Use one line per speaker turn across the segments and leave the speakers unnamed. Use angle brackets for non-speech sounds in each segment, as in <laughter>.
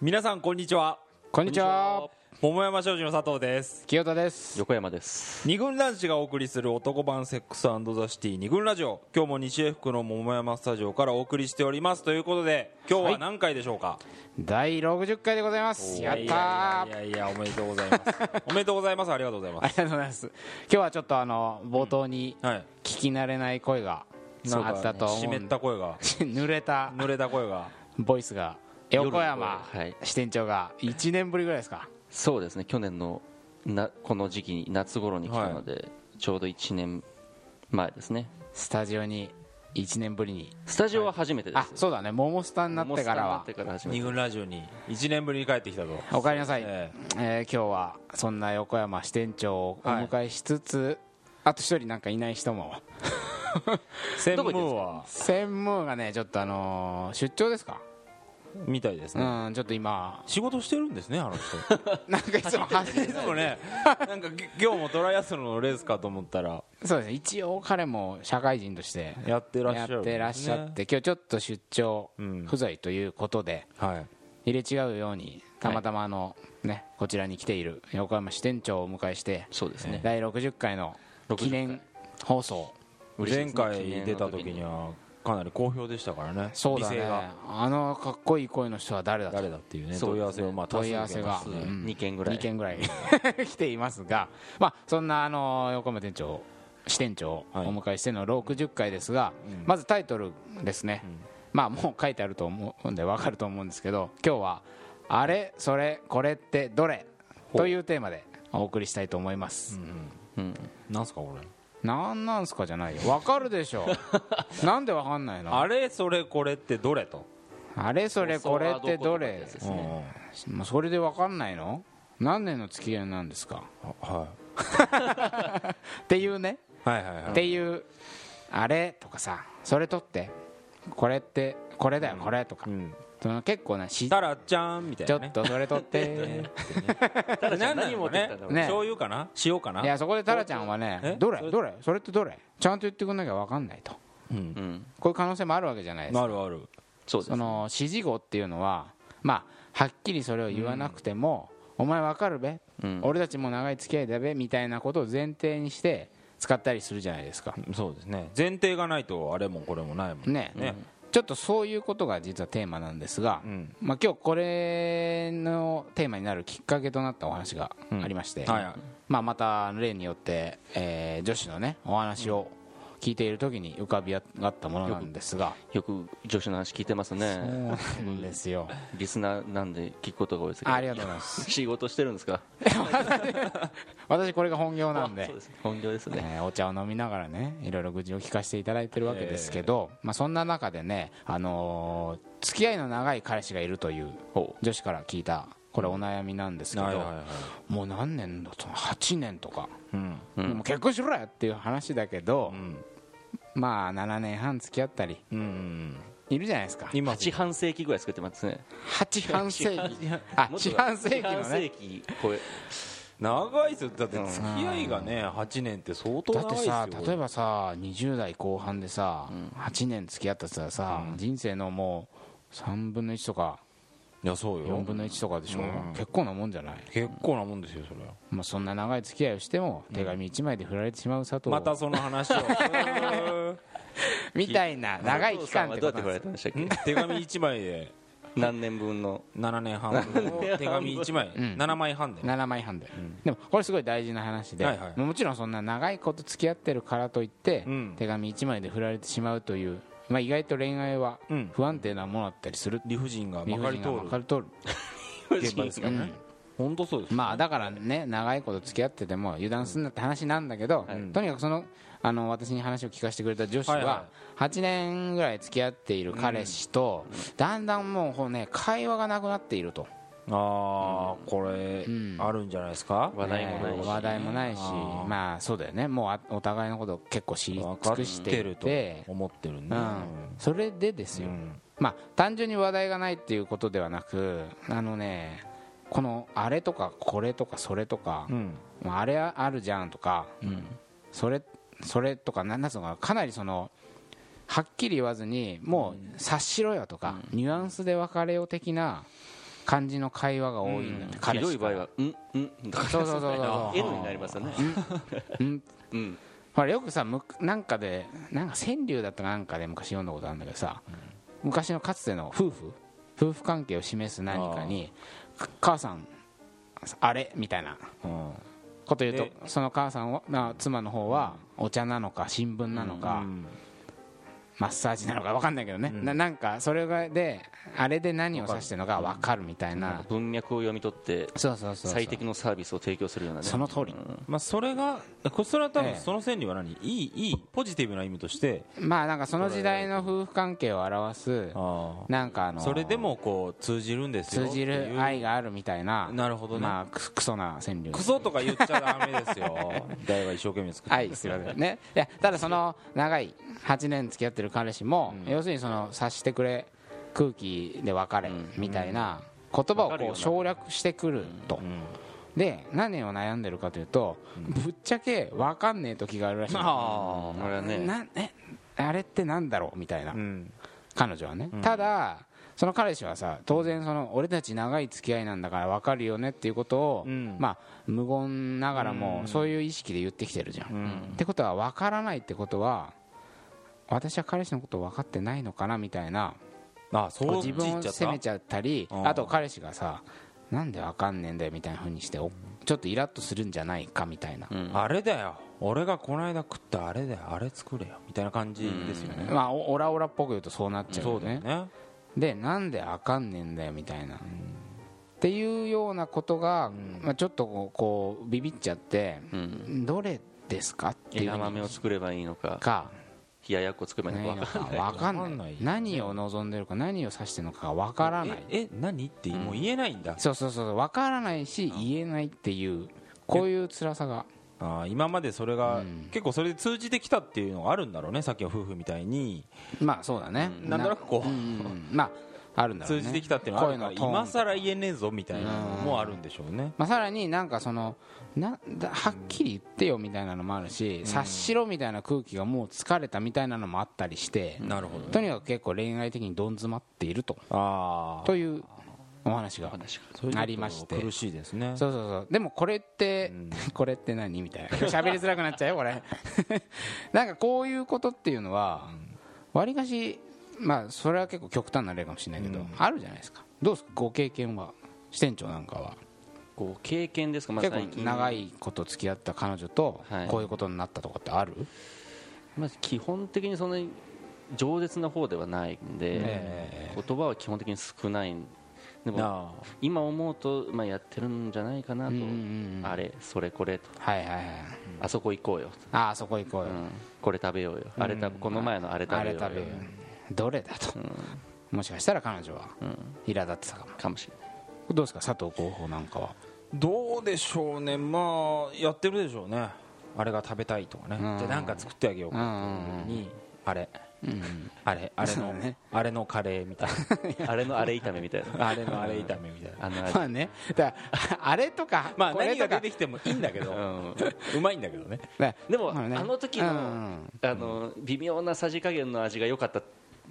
皆さんこんにちは
こんにちは
桃山商事の佐藤です
清田です
横山です
二軍男子がお送りする男版セックスザシティ二軍ラジオ今日も西江福の桃山スタジオからお送りしておりますということで今日は何回でしょうか、
第60回でございますやったー
いやいやいやいやおめでとうございます
<laughs>
おめでとうございますありがとうござい
あ
ま
りがとうございます今日はちょっとあの冒頭に
すはい
聞き慣れない声が
なんか
あったと思
湿
う
っ
んで
た声が
<laughs> 濡れた
濡れた声が
ボイスが横山
夜の声はい
支店長が1年ぶりぐらいですか
そうですね去年のなこの時期に夏頃に来たので、ちょうど1年前ですね
スタジオに1年ぶりに
スタジオは初めてで
あ
す、
そうだね「モモスタ」になってから
モ
は
スターになってから初め
二
て
軍ラジオに1年ぶりに帰ってきたと
おかえりなさい、
ええ
えー今日はそんな横山支店長をお迎えしつつ、あと一人なんかいない人も
専
どこ
務
行ってんすか
は
専務がねちょっとあのー出張ですか
みたいですね、
うんちょっと今 <laughs>
仕事してるんですねあの人
なんかいつも走
いつもね、 <laughs> なんかぎ今日もトライアスロンのレースかと思ったら、
そうですね一応彼も社会人として
やってらっしゃ
や
る、
ってらっしゃっ。て今日ちょっと出張
うん
不在ということで
はい。
入れ違うようにたまたまあのねこちらに来ている横山支店長をお迎えして
そうですね
第60回の記念放送
嬉しいで
前
すね
回出た時には、かなり好評でしたからね。
そうだ
美
ね
声が
あのかっこいい声の人は誰だと
誰だっていうね、
そうで
問い
すね
合わせを、まあ、多数
問い合わせが
受けますね
2件ぐらい
2件ぐらい <laughs> 来ていますがまあそんなあの横山店長支店長をお
はい
迎えしての60回ですがまずタイトルですねまあもう書いてあると思うんでわかると思うんですけど今日は「あれそれこれってどれ?」というテーマでお送りしたいと思います
うん
なんすか、これ。
なんなんすかじゃないよわかるでしょなんでわかんないの
あれ、それ、これってどれと。
あれそれこれってど
放送はどことかって
れ
やつですね
もうそれでわかんないの何年の付き合いなんですか
は
っていうね
い。はいはいは
っ
い。
ていうあれとかさそれ取ってこれってこれだよこれとか
うん。
その結構なしち
タラちゃんみたい
ょ
な
っ
ね。
とそれ取
<laughs>
って
何なの
ってき
ね
たんだろ
うね
醤油かな塩かない
やそこでタラちゃんは
え
ねどれどれそれってどれちゃんと言ってくんなきゃ分かんないと
うん
う。ん
こういう可能性もあるわけじゃないですか
あるある。
そうです
その指示語っていうのはまあはっきりそれを言わなくてもお前分かるべ
うん
俺たちも長い付き合いだべみたいなことを前提にして使ったりするじゃないですか
そうですね。前提がないと、あれもこれもないもん。
ね
ね。
ちょっとそういうことが実はテーマなんですが、
うん
まあ、今日これのテーマになるきっかけとなったお話がありまして、
はいはい。
まあ、また例によって、えー女子のねお話を聞いている時に浮かび上がったものなんですが、
よく女子の話聞いてますね
そうなんですよ
リスナーなんで聞くことが多いですけ
<laughs>
ど
ありがとうございます
仕事してるんですか
私これが本業なんで
そうです本業ですね
えーお茶を飲みながらねいろいろ愚痴を聞かせていただいてるわけですけど、まあ、そんな中でね、あのー付き合いの長い彼氏がいるという
ほ
女子から聞いたこれお悩みなんですけど、
はいはいはい。
もう何年だと8年とか、
うん。
うん
もう結婚しろやっていう話だけど、
ん
まあ7年半付き合ったり
うんうんうん。
いるじゃないですか
今
8半世紀ぐらい作ってますね
8半世紀あ
もっと
四半世紀の
四半世
ね
紀超え
長いですよだって付き合いがね8年って相当
だっ
長い
て
ですよ
さ例えばさ20代後半でさ、8年付き合ったってささ、人生のもう3分の1とか
いやそう
4
よ
分の1とかでしょ、結構なもんじゃない、
結構なもんですよそれは
まあ、そんな長い付き合いをしても手紙1枚で振られてしまう佐藤、
またその話を <laughs> うーん
みたいな長い期間って
どうや
こと
って
なんで
振られ
す
たん
よ
でしたっけ
手紙1枚で
何年分の
7年半分の手紙1枚
ん
7枚半で
7枚半で、でもこれすごい大事な話で、
はいはい
もちろんそんな長いこと付き合ってるからといって、
うん
手紙1枚で振られてしまうという、まあ、意外と恋愛は
うん
不安定なものだったりする、
理不尽が
理
ま
不
かり
尽
通
がまか
る
り通る
現場ですからね本当そうです
まあだからね長いこと付き合ってても油断すんなって話なんだけど、とにかくそのあの私に話を聞かせてくれた女子
はいは
は8年ぐらい付き合っている彼氏と、だんだんもうほうね会話がなくなっていると。
ああこれ
うん
あるんじゃないですか
話題もないし、
ね話題もないし
あー
まあそうだよねもうあお互いのことを結構知り
分か
尽
っ
くして
て
い
ると
て
思ってる
う
ね
ん、それでです
う
よ、
ん
まあ単純に話題がないっていうことではなくあのねこのあれとかこれとかそれとか、
うん
まああれあるじゃんとか、それそれとかなんなんつうのかなかなりそのはっきり言わずにもう察しろよとか、ニュアンスで別れよう的な感じの会話が多いんだって、
ひ
彼
どい
氏
場合
は
は「うんうん」とか
そうそうそうそう
N になりますよね
うん
うん
ほらよくさむくなんかでなんか川柳だったかなんかで昔読んだことあるんだけどさ、昔のかつての夫婦夫婦関係を示す何かにか母さんあれみたいな
うん
こと言うと
で
その母さんはな妻の方はお茶なのか新聞なのか、マッサージなのか分かんないけどね、ななんかそれがであれで何を指してるのか分かるみたいな、
文脈を読み取って
そうそうそうそう
最適のサービスを提供するようなね
その通り
うん
まあ、それがこそれは多分
ええ
その線には何、いいいいポジティブな意味として
まあなんかその時代の夫婦関係を表す
あ
なんかあ
あ
の
それでもこう通じるんですよ
通じ
ってい
る
う
愛があるみたいな
なるほどね
まあククソな川柳
クソとか言っちゃダメです
<laughs>
よ大は一生懸命作って
愛するわけねいやただその長い8年付き合ってる彼氏も、要するにその察してくれ空気で別れみたいな言葉を
わかる
こ
よ
う
な
省略してくると、で何を悩んでるかというと、ぶっちゃけ分かんねえ時がある
<laughs>
らしい
あ
あれはね
なえあれってなんだろうみたいな、
あうん
彼女はね、ただその彼氏はさ当然その俺たち長い付き合いなんだから分かるよねっていうことを、
うん
まあ無言ながらもそういう意識で言ってきてるじゃん、ってことは分からないってことは私は彼氏のこと分かってないのかなみたいな
ああそ
こう
う
自分
言
を
っちゃっ
責
た
めちゃったり
あー
あと彼氏がさなんで分かんねえんだよみたいなふうにしておちょっとイラッとするんじゃないかみたいな、
あれだよ俺がこの間食ったあれだよあれ作れよみたいな感じですよね、
まあおオラオラっぽく言うとそうなっちゃう
そ
よ
うだよね
でなんであかんねんだよみたいな、っていうようなことが、まあ、ちょっとこうこうビビっちゃって、どれですかっていう
枝
の
豆を作ればいいのか
か
冷ややっこ作ればいい
何
の
が
か
<laughs> か分かんな
わか
い
んないよね
何を望んでるか何を指してるのかが分からない
ええ何ってもう言えないんだ、
そうそうそう分からないし言えないっていうこういう辛さが
ああ今までそれが、
うん
結構それで通じてきたっていうのがあるんだろうねさっきの夫婦みたいに
まあそうだね、
なんとなくこう、
うんうんうんまああるんだろう
通
ね
じてきたっていうのがあるから
声のトーン
今更言えねえぞみたいなのもあるんでしょうね
まあ、さらになんかそのなだはっきり言ってよみたいなのもあるし、察しろみたいな空気がもう疲れたみたいなのもあったりして、
なるほど
とにかく結構恋愛的にどん詰まっていると
ああ
というお話が
話が
それちょっと
なりまして
苦しいですね
そうそうそうでもこれって、 <laughs> これって何みたいな喋りづらくなっちゃうよこれ <laughs> なんかこういうことっていうのはわりかしまあそれは結構極端な例かもしれないけど、あるじゃないですかどうですかご経験は支店長なんかは
こう経験ですかまあ
結
最
構
近
長いこと付き合った彼女と
はい
こういうことになったとかってある、
まあ基本的にそんなに饒舌な方ではないん
え
で言葉は基本的に少ないでも
ああ
今思うとまあやってるんじゃないかなと
うんうんうん
あれそれこれと
はいはいはい
あそこ行こうよ
ああそこ行こうよ、
うんこれ食べようよあれ食べこの前のあれ食べ
あ
ようよ
れ食べようどれだと、もしかしたら彼女は苛立ってたかも
かもしれない
どうですか佐藤候補なんかは
どうでしょうねまあやってるでしょうねあれが食べたいとかね
うん
じゃあなんか作ってあげようかっていう時にあれあれあれ
そう
の
だね
あれのカレーみたい <laughs>
あれのあれ炒めみ
<laughs>
たいな
なあれのあれ炒めみたいな
あのあれ
まあねだからああれとか
<laughs> まあ
これ
何
と
が出
か
てきてもいいんだけどうまいんだけどね
ね
でも、
まあね
あの時
う
の,、
ん
あの微妙なさじ加減の味が良かった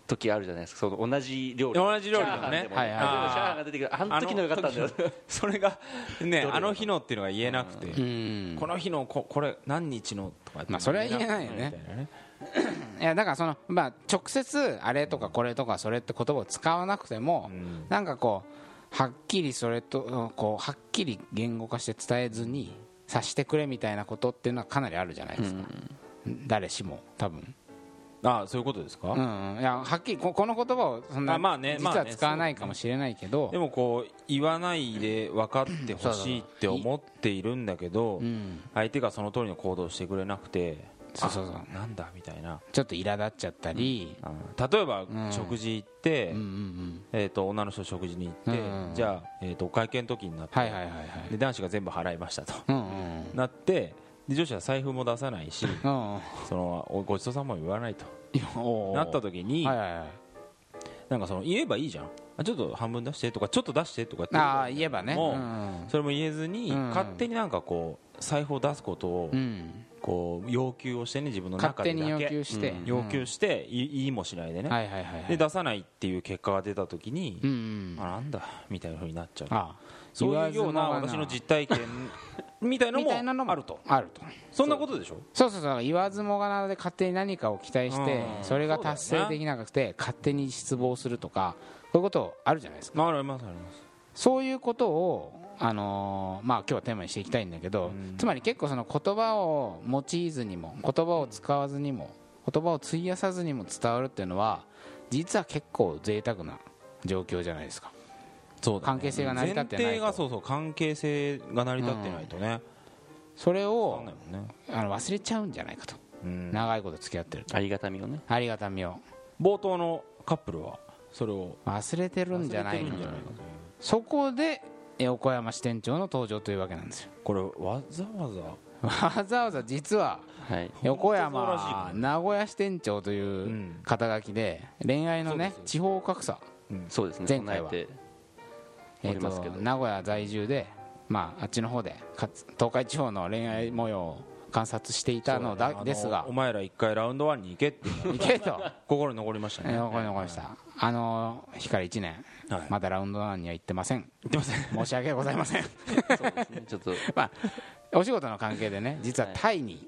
時あるじゃないですかその同じ料理
同じ料理でもね
チャーハンでも
はいはい
例えばチャーハンが出てくるあの時の良かったんだよ
あの時 <laughs> それがね
どれ
あの日のっていうのが言えなく
う
て
ん
この日のここれ何日のとかって
まあそれは言えないよねいやだからその、まあ、直接あれとかこれとかそれって言葉を使わなくても、なんかこうはっきりそれとこうはっきり言語化して伝えずに察してくれみたいなことっていうのはかなりあるじゃないですか、誰しも多分、
ああそういうことですか
うんうん、いやはっきりここの言葉をそんな
あまあね
実
まあ
は
ね
使わないかもしれないけど、
でもこう言わないで分かってほしいって思っているんだけど
ん
相手がその通りの行動をしてくれなくて
そうそうそう
あなんだみたいな
ちょっと苛立っちゃったり、
あ例えば食事行って
うん、うんうん、
えー、と女の人と食事に行って
うん
じゃあ、えー、とお会計の時になって
はいはいはいはい
で男子が全部払いましたと
うんうん
なってで女子は財布も出さない
<laughs>
し
うんうん
そのおごちそうさまも言わないと
いやおー
なった時に
はいはいはい
なんかその言えばいいじゃんあちょっと半分出してとかちょっと出してとかって
ああ言えばね
もう
うんうん
それも言えずに
うん
勝手になんかこう財布を出すことを
うん
こう要求をしてね自分の中
勝
で
手
だけ
に要求して、
うん
要求していいいもしないでね、
はいはいはいはい
で出さないっていう結果が出た時に、
うんうん
あなんだみたいなふうになっちゃう
ああ
そういうような
言わずもが
私の実体験 <laughs> みたいな
みたいな
のも
のも
あると
あると
そんなことでしょ
そうそうそう言わずもがなで勝手に何かを期待して
うん
それが達成できなくて勝手に失望するとかこういうことあるじゃないですか
ありますあります
そういうことをあのーまあ今日はテーマにしていきたいんだけどつまり結構その言葉を用いずにも言葉を使わずにも言葉を費やさずにも伝わるっていうのは実は結構贅沢な状況じゃないですか
そう
だね関係性が成り立ってないと
前提がそうそう関係性が成り立ってないとね、
それ
わかん
を
ないもんね
あの忘れちゃうんじゃないかと
うん
長いこと付き合ってると
ありがたみをね
ありがたみを
冒頭のカップルはそれを
忘れてるんじゃない
忘れ
か
てるん
と
じゃないかと
そこで横山支店長の登場というわけなんですよ
これわざわざ
わざわざ実は
はい
横
本当にそうらし
山
いね
名古屋支店長という肩書きで恋愛のね
そうです
地方格差
そうですね
前回は
備えて
え
お
っ
り
と
ますけど
名古屋在住でまああっちの方でかつ東海地方の恋愛模様を観察していたの
そうね
だ
あ
ですが
お前ら一回ラウンドワンに行けっていうのが
いけと
心に残りましたね
えー残りましたあの光1年
はい
まだラウンドワンには行ってません行ってません申し訳ございません
そうですねちょっと
まあお仕事の関係でね実はタイに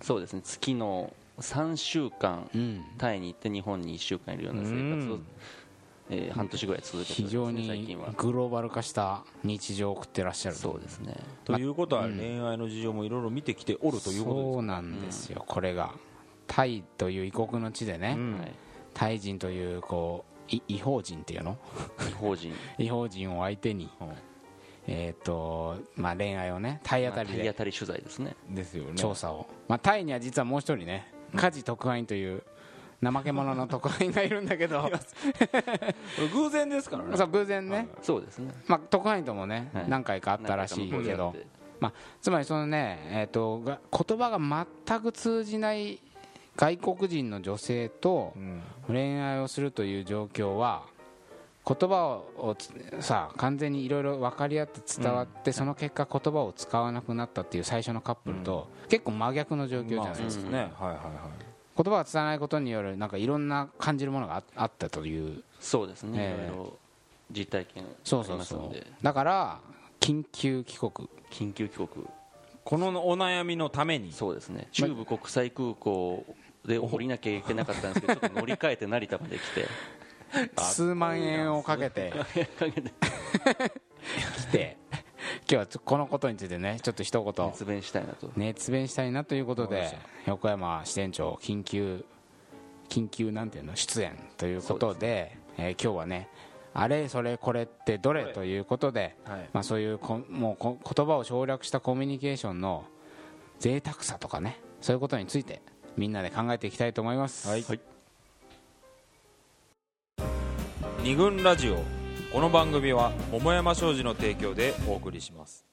そうですね月の3週間
うん
タイに行って日本に1週間いるような生活を、えー半年ぐらい続けて
非常
最近
に
は
グローバル化した日常を送ってらっしゃる
そうですね
ということは恋愛の事情もいろいろ見てきておるというこ
そうなんですよ、これがタイという異国の地でね、
はい
タイ人というこうい違法人っていうの
違法人
違法人を相手に、えっ、とまあ恋愛をね体当
ま
た
あ
り
体当
で
たり取材ですね
とですよね
調査を、まあ、タイには実はもう一人ね家事特派員という怠け者の特派員がいるんだけど
これ偶然ですからね
そう偶然ね、
そうですね
まあ、特派員ともね、
はい
何回かあったらしいけど
なんか向こうでやって
まあ、つまりそのね、えー、とが言葉が全く通じない外国人の女性と
ん
恋愛をするという状況は言葉ををつさ完全にいろいろ分かり合って伝わって、その結果言葉を使わなくなったっていう最初のカップルと、結構真逆の状況じゃ
ま
ない
あ
です
そうで
か、
すねはいはいは
言葉が伝わらないことによるなんかいろんな感じるものがああったという
そうですね
ええ
いろいろ実体験
そう
あ
そ
り
う
ます
そ
の
う
で
だから緊急帰国
緊急帰国
いこのお悩みのために
そうですね中部国際空港で降りなきゃいけなかったんですけどちょっと乗り換えて成田まで来て
数万円をかけて <laughs> 来て今日はちょこのことについてねちょっと一言
熱弁したいなと
熱弁したいなということ
わか
で
りま
横山支店長緊急緊急なんていうの出演ということでえー今日はねあれそれこれってどれということで、
はい
まあ、そういうこもうこ言葉を省略したコミュニケーションの贅沢さとかねそういうことについてみんなで考えていきたいと思います、
はい二軍ラジオこの番組は桃山商事の提供でお送りします